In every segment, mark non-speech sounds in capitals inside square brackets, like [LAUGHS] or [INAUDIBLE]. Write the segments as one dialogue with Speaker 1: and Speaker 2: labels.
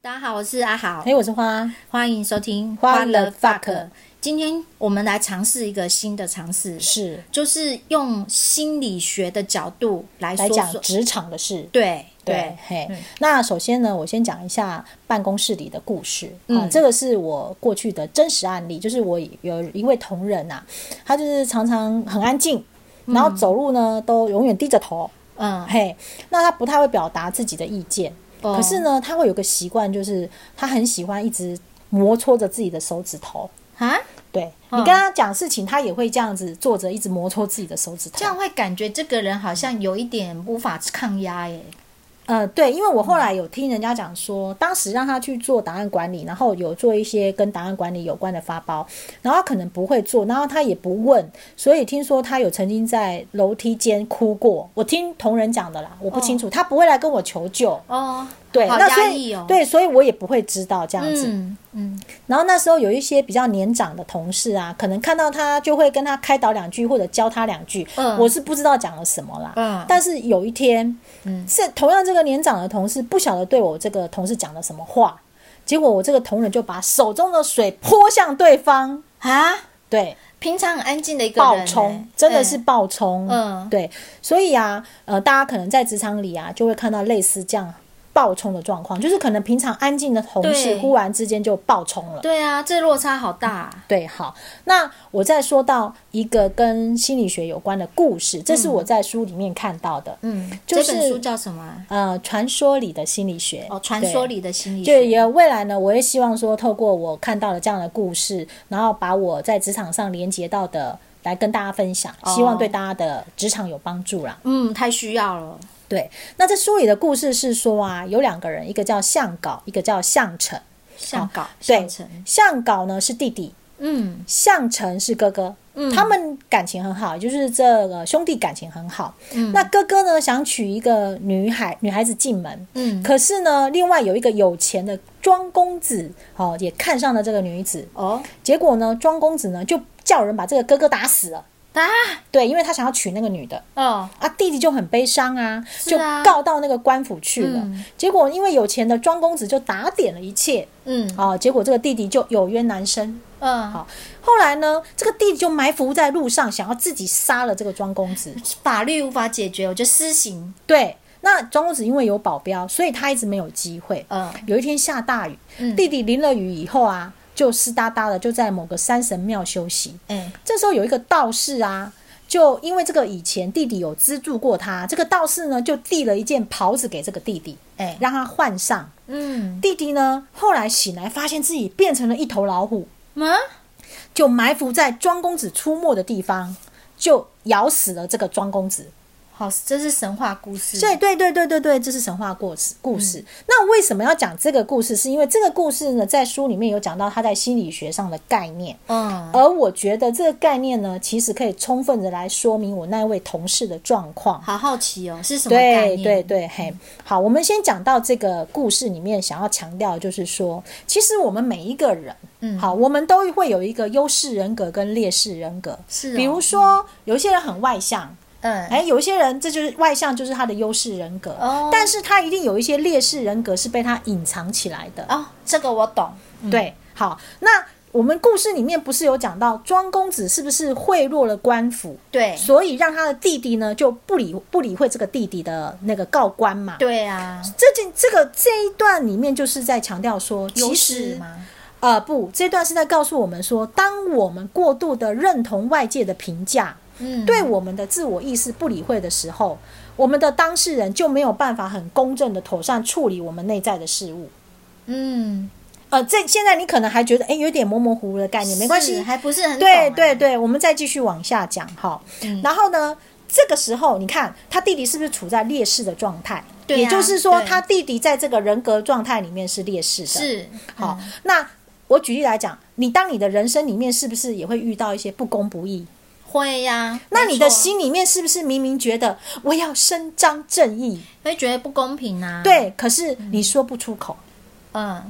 Speaker 1: 大家好，我是阿豪，
Speaker 2: 嘿，我是花，
Speaker 1: 欢迎收听《
Speaker 2: 欢乐 fuck
Speaker 1: 今天我们来尝试一个新的尝试，
Speaker 2: 是
Speaker 1: 就是用心理学的角度来说
Speaker 2: 来讲
Speaker 1: 说，
Speaker 2: 职场的事。
Speaker 1: 对
Speaker 2: 对
Speaker 1: 对，嗯
Speaker 2: 嘿，那首先呢，我先讲一下办公室里的故事。嗯，
Speaker 1: 嗯
Speaker 2: 这个是我过去的真实案例，就是我有一位同仁啊，他就是常常很安静，然后走路呢都永远低着头，
Speaker 1: 嗯，
Speaker 2: 嘿，那他不太会表达自己的意见，
Speaker 1: 哦
Speaker 2: 可是呢，他会有个习惯，就是他很喜欢一直摩挲着自己的手指头。
Speaker 1: 啊，
Speaker 2: 对你跟他讲事情，他也会这样子坐着，一直摩挲自己的手指头。
Speaker 1: 这样会感觉这个人好像有一点无法抗压耶。
Speaker 2: 呃，对，因为我后
Speaker 1: 嗯
Speaker 2: 来有听人家讲说，当时让他去做档案管理，然后有做一些跟档案管理有关的发包，然后他可能不会做，然后他也不问，所以听说他有曾经在楼梯间哭过。我听同仁讲的啦，我不清楚，他不会来跟我求救。
Speaker 1: 哦，
Speaker 2: 对，
Speaker 1: 好
Speaker 2: 那所
Speaker 1: 压抑
Speaker 2: 以、
Speaker 1: 哦。，
Speaker 2: 对，所以我也不会知道这样子。
Speaker 1: 嗯嗯，
Speaker 2: 然后那时候有一些比较年长的同事啊，可能看到他就会跟他开导两句或者教他两句。
Speaker 1: 嗯
Speaker 2: 我是不知道讲了什么啦。
Speaker 1: 嗯
Speaker 2: 但是有一天，嗯，是同样这个年长的同事不晓得对我这个同事讲了什么话，结果我这个同仁就把手中的水泼向对方，
Speaker 1: 啊，
Speaker 2: 对，
Speaker 1: 平常很安静的一个人
Speaker 2: 爆
Speaker 1: 耶，
Speaker 2: 冲，真的是
Speaker 1: 嗯
Speaker 2: 爆冲。
Speaker 1: 嗯
Speaker 2: 对，所以啊，呃，大家可能在职场里啊，就会看到类似这样。爆冲的状况，就是可能平常安静的同事，
Speaker 1: 对
Speaker 2: 忽然之间就爆冲了。
Speaker 1: 对啊，这落差好大。啊
Speaker 2: 对，好，那我再说到一个跟心理学有关的故事，这是我在书里面看到的，
Speaker 1: 嗯，
Speaker 2: 就
Speaker 1: 这
Speaker 2: 是
Speaker 1: 本书叫什么啊？
Speaker 2: 呃，传说里的心理学。
Speaker 1: 哦，传说里的心理
Speaker 2: 对。就
Speaker 1: 学。
Speaker 2: 也未来呢，我也希望说，透过我看到的这样的故事，然后把我在职场上连接到的来跟大家分享，
Speaker 1: 哦
Speaker 2: 希望对大家的职场有帮助啦。
Speaker 1: 嗯，太需要了。
Speaker 2: 对，那这书里的故事是说啊，有两个人，一个叫向稿，一个叫向成。
Speaker 1: 向稿
Speaker 2: 哦对
Speaker 1: 向成，，
Speaker 2: 向稿呢是弟弟，
Speaker 1: 嗯
Speaker 2: 向成是哥哥，
Speaker 1: 嗯，
Speaker 2: 他们感情很好，就是这个兄弟感情很好。
Speaker 1: 嗯
Speaker 2: 那哥哥呢，想娶一个女孩女孩子进门，
Speaker 1: 嗯
Speaker 2: 可是呢，另外有一个有钱的庄公子哦，也看上了这个女子。
Speaker 1: 哦
Speaker 2: 结果呢，庄公子呢就叫人把这个哥哥打死了，
Speaker 1: 啊
Speaker 2: 对，因为他想要娶那个女的。
Speaker 1: 哦
Speaker 2: 啊，弟弟就很悲伤啊，就
Speaker 1: 啊
Speaker 2: 告到那个官府去了。
Speaker 1: 嗯
Speaker 2: 结果因为有钱的庄公子就打点了一切
Speaker 1: 嗯
Speaker 2: 哦，结果这个弟弟就有冤难伸。
Speaker 1: 嗯，
Speaker 2: 好，后来呢，这个弟弟就埋伏在路上，想要自己杀了这个庄公子。
Speaker 1: 法律无法解决，我觉得私刑。
Speaker 2: 对，那庄公子因为有保镖，所以他一直没有机会。
Speaker 1: 嗯
Speaker 2: 有一天下大雨，
Speaker 1: 嗯
Speaker 2: 弟弟淋了雨以后啊，就湿哒哒的就在某个山神庙休息。
Speaker 1: 哎
Speaker 2: 这时候有一个道士啊，就因为这个以前弟弟有资助过他，这个道士呢就递了一件袍子给这个弟弟，
Speaker 1: 哎，
Speaker 2: 让他换上。
Speaker 1: 嗯
Speaker 2: 弟弟呢后来醒来，发现自己变成了一头老虎。
Speaker 1: 吗？
Speaker 2: 就埋伏在庄公子出没的地方，就咬死了这个庄公子。
Speaker 1: 好，这是神话故事。
Speaker 2: 对对对对对对，这是神话故事故事。那为什么要讲这个故事？是因为这个故事呢，在书里面有讲到他在心理学上的概念，
Speaker 1: 嗯
Speaker 2: 而我觉得这个概念呢，其实可以充分的来说明我那位同事的状况。
Speaker 1: 好好奇哦，是什么概
Speaker 2: 对
Speaker 1: 念？嗯
Speaker 2: 对对，嘿，好，我们先讲到这个故事里面想要强调，就是说，其实我们每一个人，
Speaker 1: 嗯
Speaker 2: 好，我们都会有一个优势人格跟劣势人格，
Speaker 1: 是哦
Speaker 2: 比如说有一些人很外向。
Speaker 1: 嗯
Speaker 2: 哎，有一些人这就是外向，就是他的优势人格，
Speaker 1: 哦
Speaker 2: 但是他一定有一些劣势人格是被他隐藏起来的。
Speaker 1: 哦，嗯这个我懂。
Speaker 2: 对，好，那我们故事里面不是有讲到庄公子是不是贿赂了官府？
Speaker 1: 对
Speaker 2: 所以让他的弟弟呢就不理不理会这个弟弟的那个告官嘛。
Speaker 1: 对啊，
Speaker 2: 这件这个这一段里面就是在强调说，
Speaker 1: 优
Speaker 2: 其
Speaker 1: 势
Speaker 2: 实
Speaker 1: 吗？
Speaker 2: 呃不，这段是在告诉我们说，当我们过度的认同外界的评价，
Speaker 1: 嗯，
Speaker 2: 对我们的自我意识不理会的时候，我们的当事人就没有办法很公正的、妥善处理我们内在的事物。
Speaker 1: 嗯，
Speaker 2: 呃，这现在你可能还觉得，哎，有点模模糊糊的概哎念，没关系
Speaker 1: 是，还不是很懂
Speaker 2: 对
Speaker 1: 啊
Speaker 2: 对对，我们再继续往下讲哈。
Speaker 1: 嗯
Speaker 2: 然后呢，这个时候你看他弟弟是不是处在劣势的状态？
Speaker 1: 对啊
Speaker 2: 也就是说
Speaker 1: 对
Speaker 2: 他弟弟在这个人格状态里面是劣势的。
Speaker 1: 是
Speaker 2: 好，那我举例来讲，你当你的人生里面是不是也会遇到一些不公不义？
Speaker 1: 嗯会呀。
Speaker 2: 那
Speaker 1: 没
Speaker 2: 你的
Speaker 1: 错啊
Speaker 2: 心里面是不是明明觉得我要伸张正义？
Speaker 1: 会觉得不公平啊？，
Speaker 2: 对，可是你说不出口，
Speaker 1: 嗯，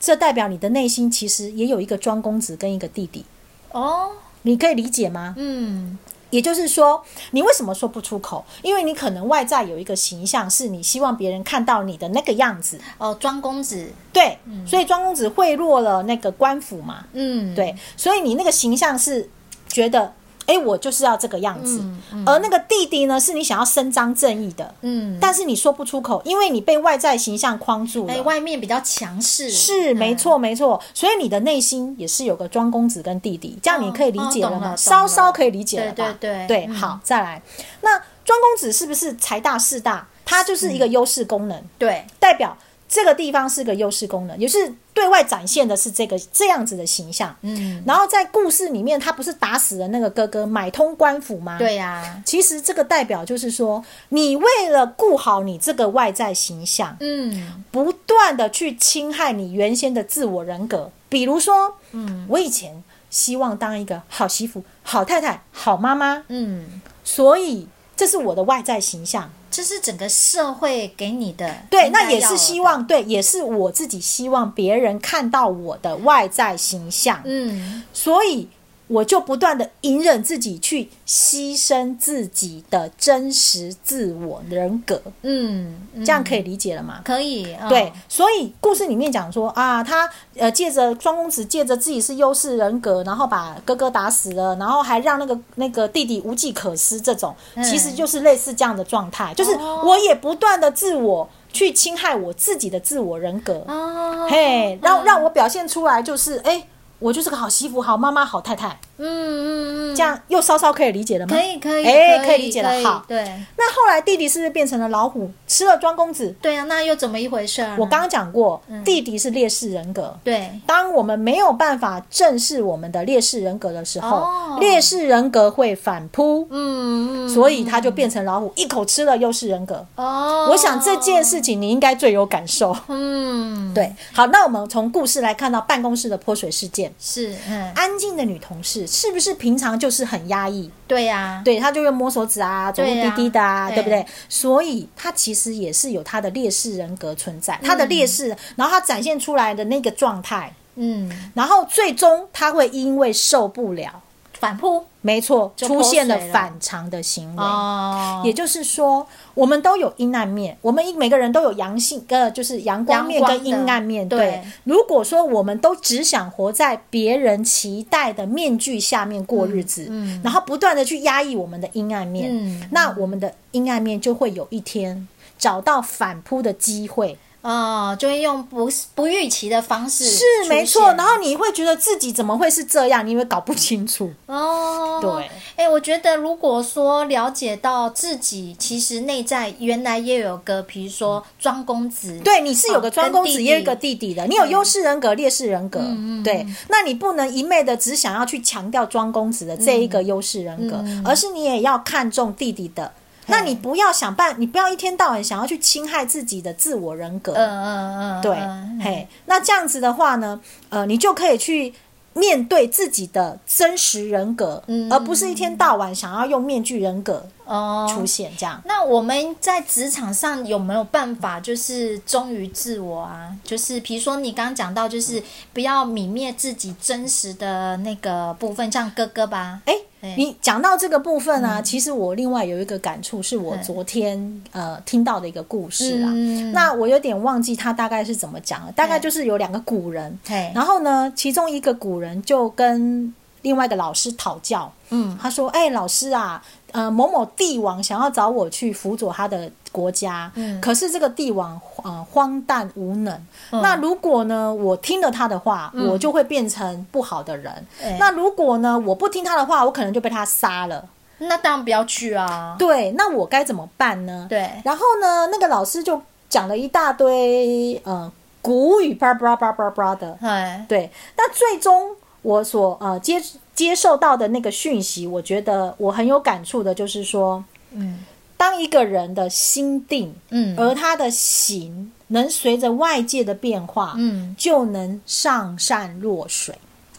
Speaker 2: 这代表你的内心其实也有一个庄公子跟一个弟弟，
Speaker 1: 哦，
Speaker 2: 你可以理解吗？
Speaker 1: 嗯，
Speaker 2: 也就是说，你为什么说不出口？因为你可能外在有一个形象，是你希望别人看到你的那个样子。
Speaker 1: 哦，庄公子，
Speaker 2: 对，所以庄公子贿赂了那个官府嘛，
Speaker 1: 嗯，
Speaker 2: 对，所以你那个形象是觉得，哎，我就是要这个样子。
Speaker 1: 嗯
Speaker 2: 而那个弟弟呢，是你想要伸张正义的，
Speaker 1: 嗯，
Speaker 2: 但是你说不出口，因为你被外在形象框住了。
Speaker 1: 哎，外面比较强势，嗯
Speaker 2: 是，没错，没错。所以你的内心也是有个庄公子跟弟弟，这样你可以理解
Speaker 1: 哦哦懂
Speaker 2: 吗？
Speaker 1: 了
Speaker 2: 稍稍可以理解了
Speaker 1: 对
Speaker 2: 吧？
Speaker 1: 对对
Speaker 2: 对，
Speaker 1: 嗯
Speaker 2: 好，再来。那庄公子是不是财大势大？它就是一个优势功能，
Speaker 1: 对，
Speaker 2: 代表这个地方是个优势功能，也是对外展现的是这个这样子的形象。
Speaker 1: 嗯，
Speaker 2: 然后在故事里面，他不是打死了那个哥哥，买通官府吗？
Speaker 1: 对呀，
Speaker 2: 其实这个代表就是说，你为了顾好你这个外在形象，
Speaker 1: 嗯，
Speaker 2: 不断的去侵害你原先的自我人格。比如说，嗯，我以前希望当一个好媳妇、好太太、好妈妈，
Speaker 1: 嗯，
Speaker 2: 所以这是我的外在形象。
Speaker 1: 这是整个社会给你的，
Speaker 2: 对，
Speaker 1: 应该
Speaker 2: 那也
Speaker 1: 要
Speaker 2: 是
Speaker 1: 的
Speaker 2: 希，望，对，也是我自己希望别人看到我的外在形象。
Speaker 1: 嗯，
Speaker 2: 所以我就不断的隐忍自己，去牺牲自己的真实自我人格，
Speaker 1: 嗯，嗯
Speaker 2: 这样可以理解了吗？
Speaker 1: 可以，嗯
Speaker 2: 对，，所以故事里面讲说啊，他呃借着庄公子借着自己是优势人格，然后把哥哥打死了，然后还让那个那个弟弟无计可施，这种
Speaker 1: 嗯哦
Speaker 2: 其实就是类似这样的状态，就是我也不断的自我去侵害我自己的自我人格，
Speaker 1: 哦，
Speaker 2: 嘿，让让我表现出来就是哎、我就是个好媳妇、好妈妈、好太太，
Speaker 1: 嗯嗯嗯，嗯
Speaker 2: 这样又稍稍可以理解了吗？
Speaker 1: 可。以可以，
Speaker 2: 哎
Speaker 1: 可
Speaker 2: 可以理解了
Speaker 1: 可以
Speaker 2: 好
Speaker 1: 对
Speaker 2: 那后来弟弟是不是变成了老虎，吃了庄公子？
Speaker 1: 对啊，那又怎么一回事儿呢？
Speaker 2: 我刚刚讲过，
Speaker 1: 嗯
Speaker 2: 弟弟是劣势人格。
Speaker 1: 对，
Speaker 2: 当我们没有办法正视我们的劣势人格的时候，
Speaker 1: 哦
Speaker 2: 劣势人格会反扑，
Speaker 1: 嗯嗯，
Speaker 2: 所以他就变成老虎，一口吃了优势人格。
Speaker 1: 哦，
Speaker 2: 我想这件事情你应该最有感受。
Speaker 1: 嗯，
Speaker 2: 对，好，那我们从故事来看到办公室的泼水事件。
Speaker 1: 是，嗯，
Speaker 2: 安静的女同事是不是平常就是很压抑？
Speaker 1: 对呀，
Speaker 2: 对，她就会摸手指啊，走路
Speaker 1: 对
Speaker 2: 滴
Speaker 1: 啊
Speaker 2: 滴的啊，
Speaker 1: 对
Speaker 2: 对不对？所以她其实也是有她的劣势人格存在，她的劣势，然后她展现出来的那个状态，
Speaker 1: 嗯，
Speaker 2: 然后最终她会因为受不了，
Speaker 1: 反扑
Speaker 2: 没错，
Speaker 1: 就
Speaker 2: 出
Speaker 1: 泼水
Speaker 2: 现了
Speaker 1: 了
Speaker 2: 反常的行为。
Speaker 1: 哦，
Speaker 2: 也就是说，我们都有阴暗面，我们每个人都有阳性，呃，就是阳光面
Speaker 1: 阳光
Speaker 2: 跟
Speaker 1: 的
Speaker 2: 阴暗面。
Speaker 1: 对
Speaker 2: 如果说我们都只想活在别人期待的面具下面过日子，
Speaker 1: 嗯
Speaker 2: 然后不断的去压抑我们的阴暗面，
Speaker 1: 嗯
Speaker 2: 那我们的阴暗面就会有一天找到反扑的机会，
Speaker 1: 哦，就会用不不预期的方式
Speaker 2: 是没
Speaker 1: 出
Speaker 2: 错。
Speaker 1: 现
Speaker 2: 然后你会觉得自己怎么会是这样，你会搞不清楚。
Speaker 1: 哦，
Speaker 2: 对
Speaker 1: 哎、我觉得如果说了解到自己其实内在原来也有个，比如说庄公子，
Speaker 2: 嗯对，你是有个
Speaker 1: 哦
Speaker 2: 庄
Speaker 1: 跟
Speaker 2: 公
Speaker 1: 弟嗯
Speaker 2: 子，
Speaker 1: 弟
Speaker 2: 也有一个弟弟的，你有优势人格、劣势人格，对，那你不能一昧的只想要去强调庄公子的这一
Speaker 1: 嗯
Speaker 2: 个优势人格，而是你也要看重弟弟的。那你不要想办，你不要一天到晚想要去侵害自己的自我人格，
Speaker 1: 嗯嗯嗯，
Speaker 2: 对
Speaker 1: 嗯，
Speaker 2: 嘿，那这样子的话呢，呃，你就可以去面对自己的真实人格，
Speaker 1: 嗯
Speaker 2: 而不是一天到晚想要用面具人格出
Speaker 1: 哦。
Speaker 2: 现这样。
Speaker 1: 那我们在职场上有没有办法，就是忠于自我啊？就是比如说你刚刚讲到，
Speaker 2: 嗯
Speaker 1: 就是不要泯灭自己真实的那个部分，像哥哥吧，
Speaker 2: 哎、
Speaker 1: 对
Speaker 2: 你讲到这个部分
Speaker 1: 嗯
Speaker 2: 啊，其实我另外有一个感触，是我昨天呃听到的一个故事啊。
Speaker 1: 哎嗯哎
Speaker 2: 那我有点忘记他大概是怎么讲了，大概就是有两个古人，
Speaker 1: 嘿，
Speaker 2: 然后呢，其中一个古人就跟另外一个老师讨教，
Speaker 1: 嗯
Speaker 2: 他说：“哎、老师啊，呃，某某帝王想要找我去辅佐他的国家，
Speaker 1: 嗯
Speaker 2: 可是这个帝王呃荒诞无能。
Speaker 1: 嗯
Speaker 2: 那如果呢，我听了他的话，我就会变成不好的人。
Speaker 1: 哎
Speaker 2: 那如果呢，我不听他的话，我可能就被他杀了。
Speaker 1: 那当然不要去啊，
Speaker 2: 对，那我该怎么办呢？
Speaker 1: 对，
Speaker 2: 然后呢，那个老师就讲了一大堆呃古语叭叭叭叭叭的，
Speaker 1: 哎，
Speaker 2: 对，那最终我所呃接接受到的那个讯息，我觉得我很有感触的，就是说，
Speaker 1: 嗯
Speaker 2: 当一个人的心定，
Speaker 1: 嗯，
Speaker 2: 而他的行能随着外界的变化，
Speaker 1: 嗯，
Speaker 2: 就能上善若水，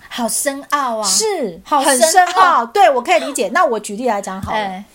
Speaker 1: 好深奥啊，
Speaker 2: 是
Speaker 1: 好
Speaker 2: 很
Speaker 1: 深
Speaker 2: 深
Speaker 1: 奥
Speaker 2: 奥。对我可以理
Speaker 1: [LAUGHS]
Speaker 2: 解。那我举例来讲好了，
Speaker 1: 哎，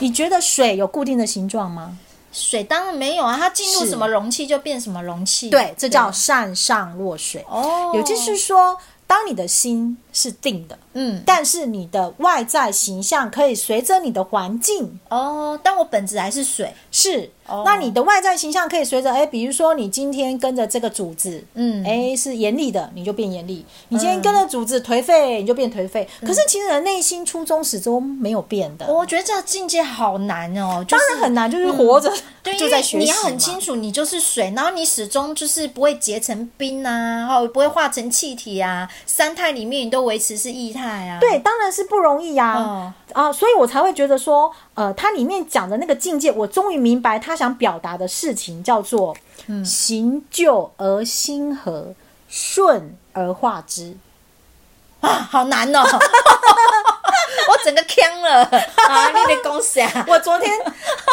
Speaker 2: 你觉得水有固定的形状吗？
Speaker 1: 水当然没有啊，它进入
Speaker 2: 是
Speaker 1: 什么容器就变什么容器。
Speaker 2: 对，这叫上善若水。
Speaker 1: 哦，
Speaker 2: 也就是说，当你的心是定的，
Speaker 1: 嗯，
Speaker 2: 但是你的外在形象可以随着你的环境
Speaker 1: 哦，但我本质还是水，
Speaker 2: 是，
Speaker 1: 哦
Speaker 2: 那你的外在形象可以随着哎，比如说你今天跟着这个主子，
Speaker 1: 嗯
Speaker 2: 哎是严厉的，你就变严厉；你今天跟着主子颓废，你就变颓废。
Speaker 1: 嗯
Speaker 2: 可是其实人内心初衷始终没有变的，
Speaker 1: 我觉得这个境界好难哦，就
Speaker 2: 当
Speaker 1: 是
Speaker 2: 然很难，就是活着、
Speaker 1: 对，
Speaker 2: 就
Speaker 1: 因
Speaker 2: 在
Speaker 1: 为
Speaker 2: 学习
Speaker 1: 你要很
Speaker 2: 嘛
Speaker 1: 清楚，你就是水，然后你始终就是不会结成冰啊，哦，不会化成气体啊，三态里面你都维持是液态啊。
Speaker 2: 对，当然是不容易呀、啊
Speaker 1: 嗯
Speaker 2: 所以我才会觉得说，呃，它里面讲的那个境界，我终于明白他想表达的事情叫做“
Speaker 1: 嗯
Speaker 2: 行就而心和，顺而化之
Speaker 1: 啊，好难
Speaker 2: [LAUGHS]
Speaker 1: 哦，我整个呛了啊！你在讲啥”。？
Speaker 2: 我昨天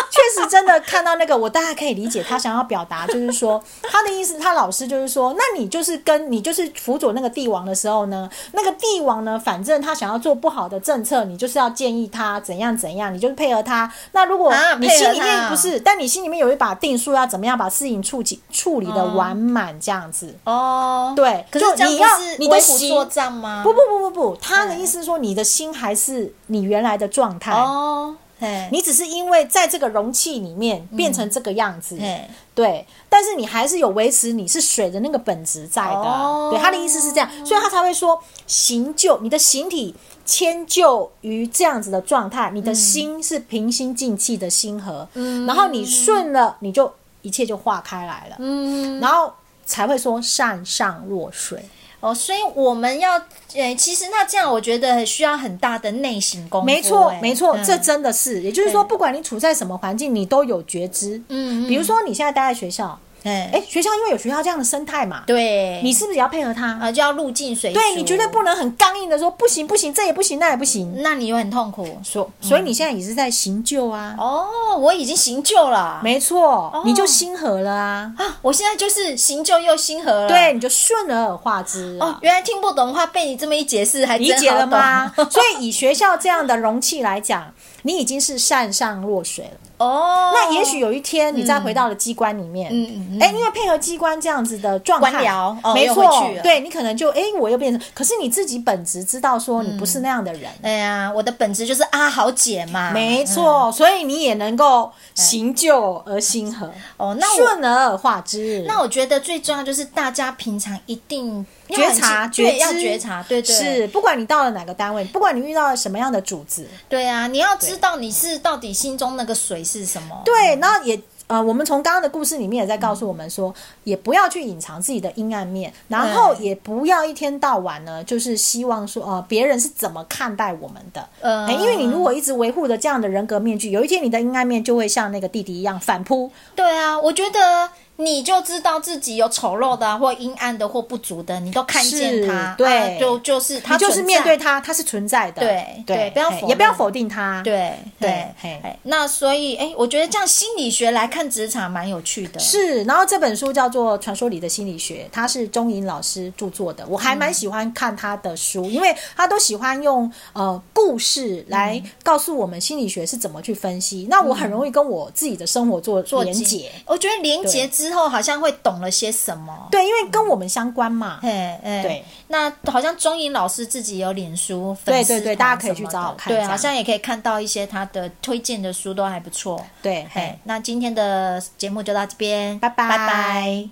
Speaker 2: 确实真的看到那个，我大概可以理解他想要表达，就是说他的意思，他老师就是说，那你就是跟你就是辅佐那个帝王的时候呢，那个帝王呢，反正他想要做不好的政策，你就是要建议他怎样怎样，你就是配合他。那如果
Speaker 1: 啊
Speaker 2: 你
Speaker 1: 配合
Speaker 2: 心里
Speaker 1: 他
Speaker 2: 面
Speaker 1: 啊
Speaker 2: 不是但你心里面有一把定数，要怎么样把事情处理处理的
Speaker 1: 嗯
Speaker 2: 完满这样子。
Speaker 1: 哦，
Speaker 2: 对
Speaker 1: 可是
Speaker 2: 就
Speaker 1: 这样
Speaker 2: 你要
Speaker 1: 不是
Speaker 2: 你的
Speaker 1: 为虎
Speaker 2: 心
Speaker 1: 作伥吗？
Speaker 2: 不不不不不，他的意思是说，你的心还是你原来的状态，
Speaker 1: 哦，嘿，
Speaker 2: 哎你只是因为在这个容器里面变成这个样子，
Speaker 1: 嗯嘿，
Speaker 2: 对，但是你还是有维持你是水的那个本质在的。
Speaker 1: 哦
Speaker 2: 对，他的意思是这样，所以他才会说行就你的形体迁就于这样子的状态，你的心是平心静气的心和，
Speaker 1: 嗯
Speaker 2: 然后你顺了，你就一切就化开来了，
Speaker 1: 嗯，
Speaker 2: 然后才会说善上若水。
Speaker 1: 哦，所以我们要，呃，其实那这样我觉得很需要很大的内省功夫、
Speaker 2: 没错，
Speaker 1: 哎
Speaker 2: 没错，
Speaker 1: 嗯
Speaker 2: 这真的是，也就是说，
Speaker 1: 对
Speaker 2: 不管你处在什么环境，你都有觉知。
Speaker 1: 嗯，嗯
Speaker 2: 比如，说你现在待在学校，
Speaker 1: 哎、
Speaker 2: 哎，学校因为有学校这样的生态嘛，
Speaker 1: 对，
Speaker 2: 你是不是也要配合他？
Speaker 1: 啊就要入境水，
Speaker 2: 对你绝对，不能很刚硬的说不行不行，这也不行那也不行。
Speaker 1: 那你又很痛苦。
Speaker 2: 所所以你现在也是在行救啊，
Speaker 1: 哦，我已经行救了，
Speaker 2: 没错，你就心和了啊，
Speaker 1: 啊，我现在就是行救又心和了。
Speaker 2: 对，，你就顺而化之
Speaker 1: 哦
Speaker 2: 啊，，
Speaker 1: 原来听不懂的话被你这么一解释，还真
Speaker 2: 理解
Speaker 1: 好
Speaker 2: 了
Speaker 1: 懂
Speaker 2: 吗？所以以学校这样的容器来讲，你已经是善上若水了。
Speaker 1: 哦，
Speaker 2: 那也许有一天你再回到了机关里面，
Speaker 1: 嗯嗯嗯
Speaker 2: 哎，因为配合机关这样子的状态，
Speaker 1: 官僚哦
Speaker 2: 没
Speaker 1: 又
Speaker 2: 错
Speaker 1: 回去，了
Speaker 2: 对你可能就哎我又变成，可是你自己本质知道
Speaker 1: 嗯
Speaker 2: 说你不是那样的人，
Speaker 1: 哎呀，我的本质就是阿豪姐嘛，
Speaker 2: 没
Speaker 1: 嗯
Speaker 2: 错，所以你也能够行就而心和，
Speaker 1: 哦。那我
Speaker 2: 顺而化之。
Speaker 1: 嗯那我觉得最重要就是大家平常一定要
Speaker 2: 觉
Speaker 1: 很
Speaker 2: 察、
Speaker 1: 清对
Speaker 2: 觉
Speaker 1: 要
Speaker 2: 知
Speaker 1: 觉察，对对
Speaker 2: 是，不管你到了哪个单位，不管你遇到了什么样的主子，
Speaker 1: 对啊，你要知道你是到底心中那个水是什么。
Speaker 2: 对，然后也。呃，我们从刚刚的故事里面也在告诉我们说，也不要去隐藏自己的阴暗面，然后也不要一天到晚呢，就是希望说，呃，别人是怎么看待我们的。
Speaker 1: 嗯
Speaker 2: 哎因为你如果一直维护着这样的人格面具，有一天你的阴暗面就会像那个弟弟一样反扑。
Speaker 1: 对啊，我觉得你就知道自己有丑陋的、啊、或阴暗的或不足的，你都看见
Speaker 2: 是
Speaker 1: 它，
Speaker 2: 对
Speaker 1: 啊就就是它
Speaker 2: 你就是
Speaker 1: 存在
Speaker 2: 面对它，它是存在的。
Speaker 1: 对
Speaker 2: 对
Speaker 1: 对，不要
Speaker 2: 嘿
Speaker 1: 否
Speaker 2: 也不要
Speaker 1: 认
Speaker 2: 否定它。，
Speaker 1: 对
Speaker 2: 对
Speaker 1: 对
Speaker 2: 嘿
Speaker 1: 哎那所以哎，我觉得这样心理学来看职场蛮有趣的。
Speaker 2: 是。然后这本书叫做《传说里的心理学》，它是钟颖老师著作的，我还
Speaker 1: 嗯
Speaker 2: 蛮喜欢看他的书，因为他都喜欢用呃故事来
Speaker 1: 嗯
Speaker 2: 告诉我们心理学是怎么去分析。那我很容易跟我自己的生活做
Speaker 1: 做
Speaker 2: 连结，，
Speaker 1: 我觉得连结之后好像会懂了些什么。
Speaker 2: 对，因为跟我们相关嘛。
Speaker 1: 嘿，哎
Speaker 2: 对，
Speaker 1: 那好像钟颖老师自己有脸书粉丝
Speaker 2: 对对对
Speaker 1: 团
Speaker 2: 大家可以
Speaker 1: 什么
Speaker 2: 去找
Speaker 1: 的
Speaker 2: 找看这
Speaker 1: 对，啊
Speaker 2: 样
Speaker 1: 好像也可以看到一些他的推荐的书都还不错。
Speaker 2: 对，嘿
Speaker 1: 嘿，那今天的节目就到这边，
Speaker 2: 拜拜
Speaker 1: 拜拜。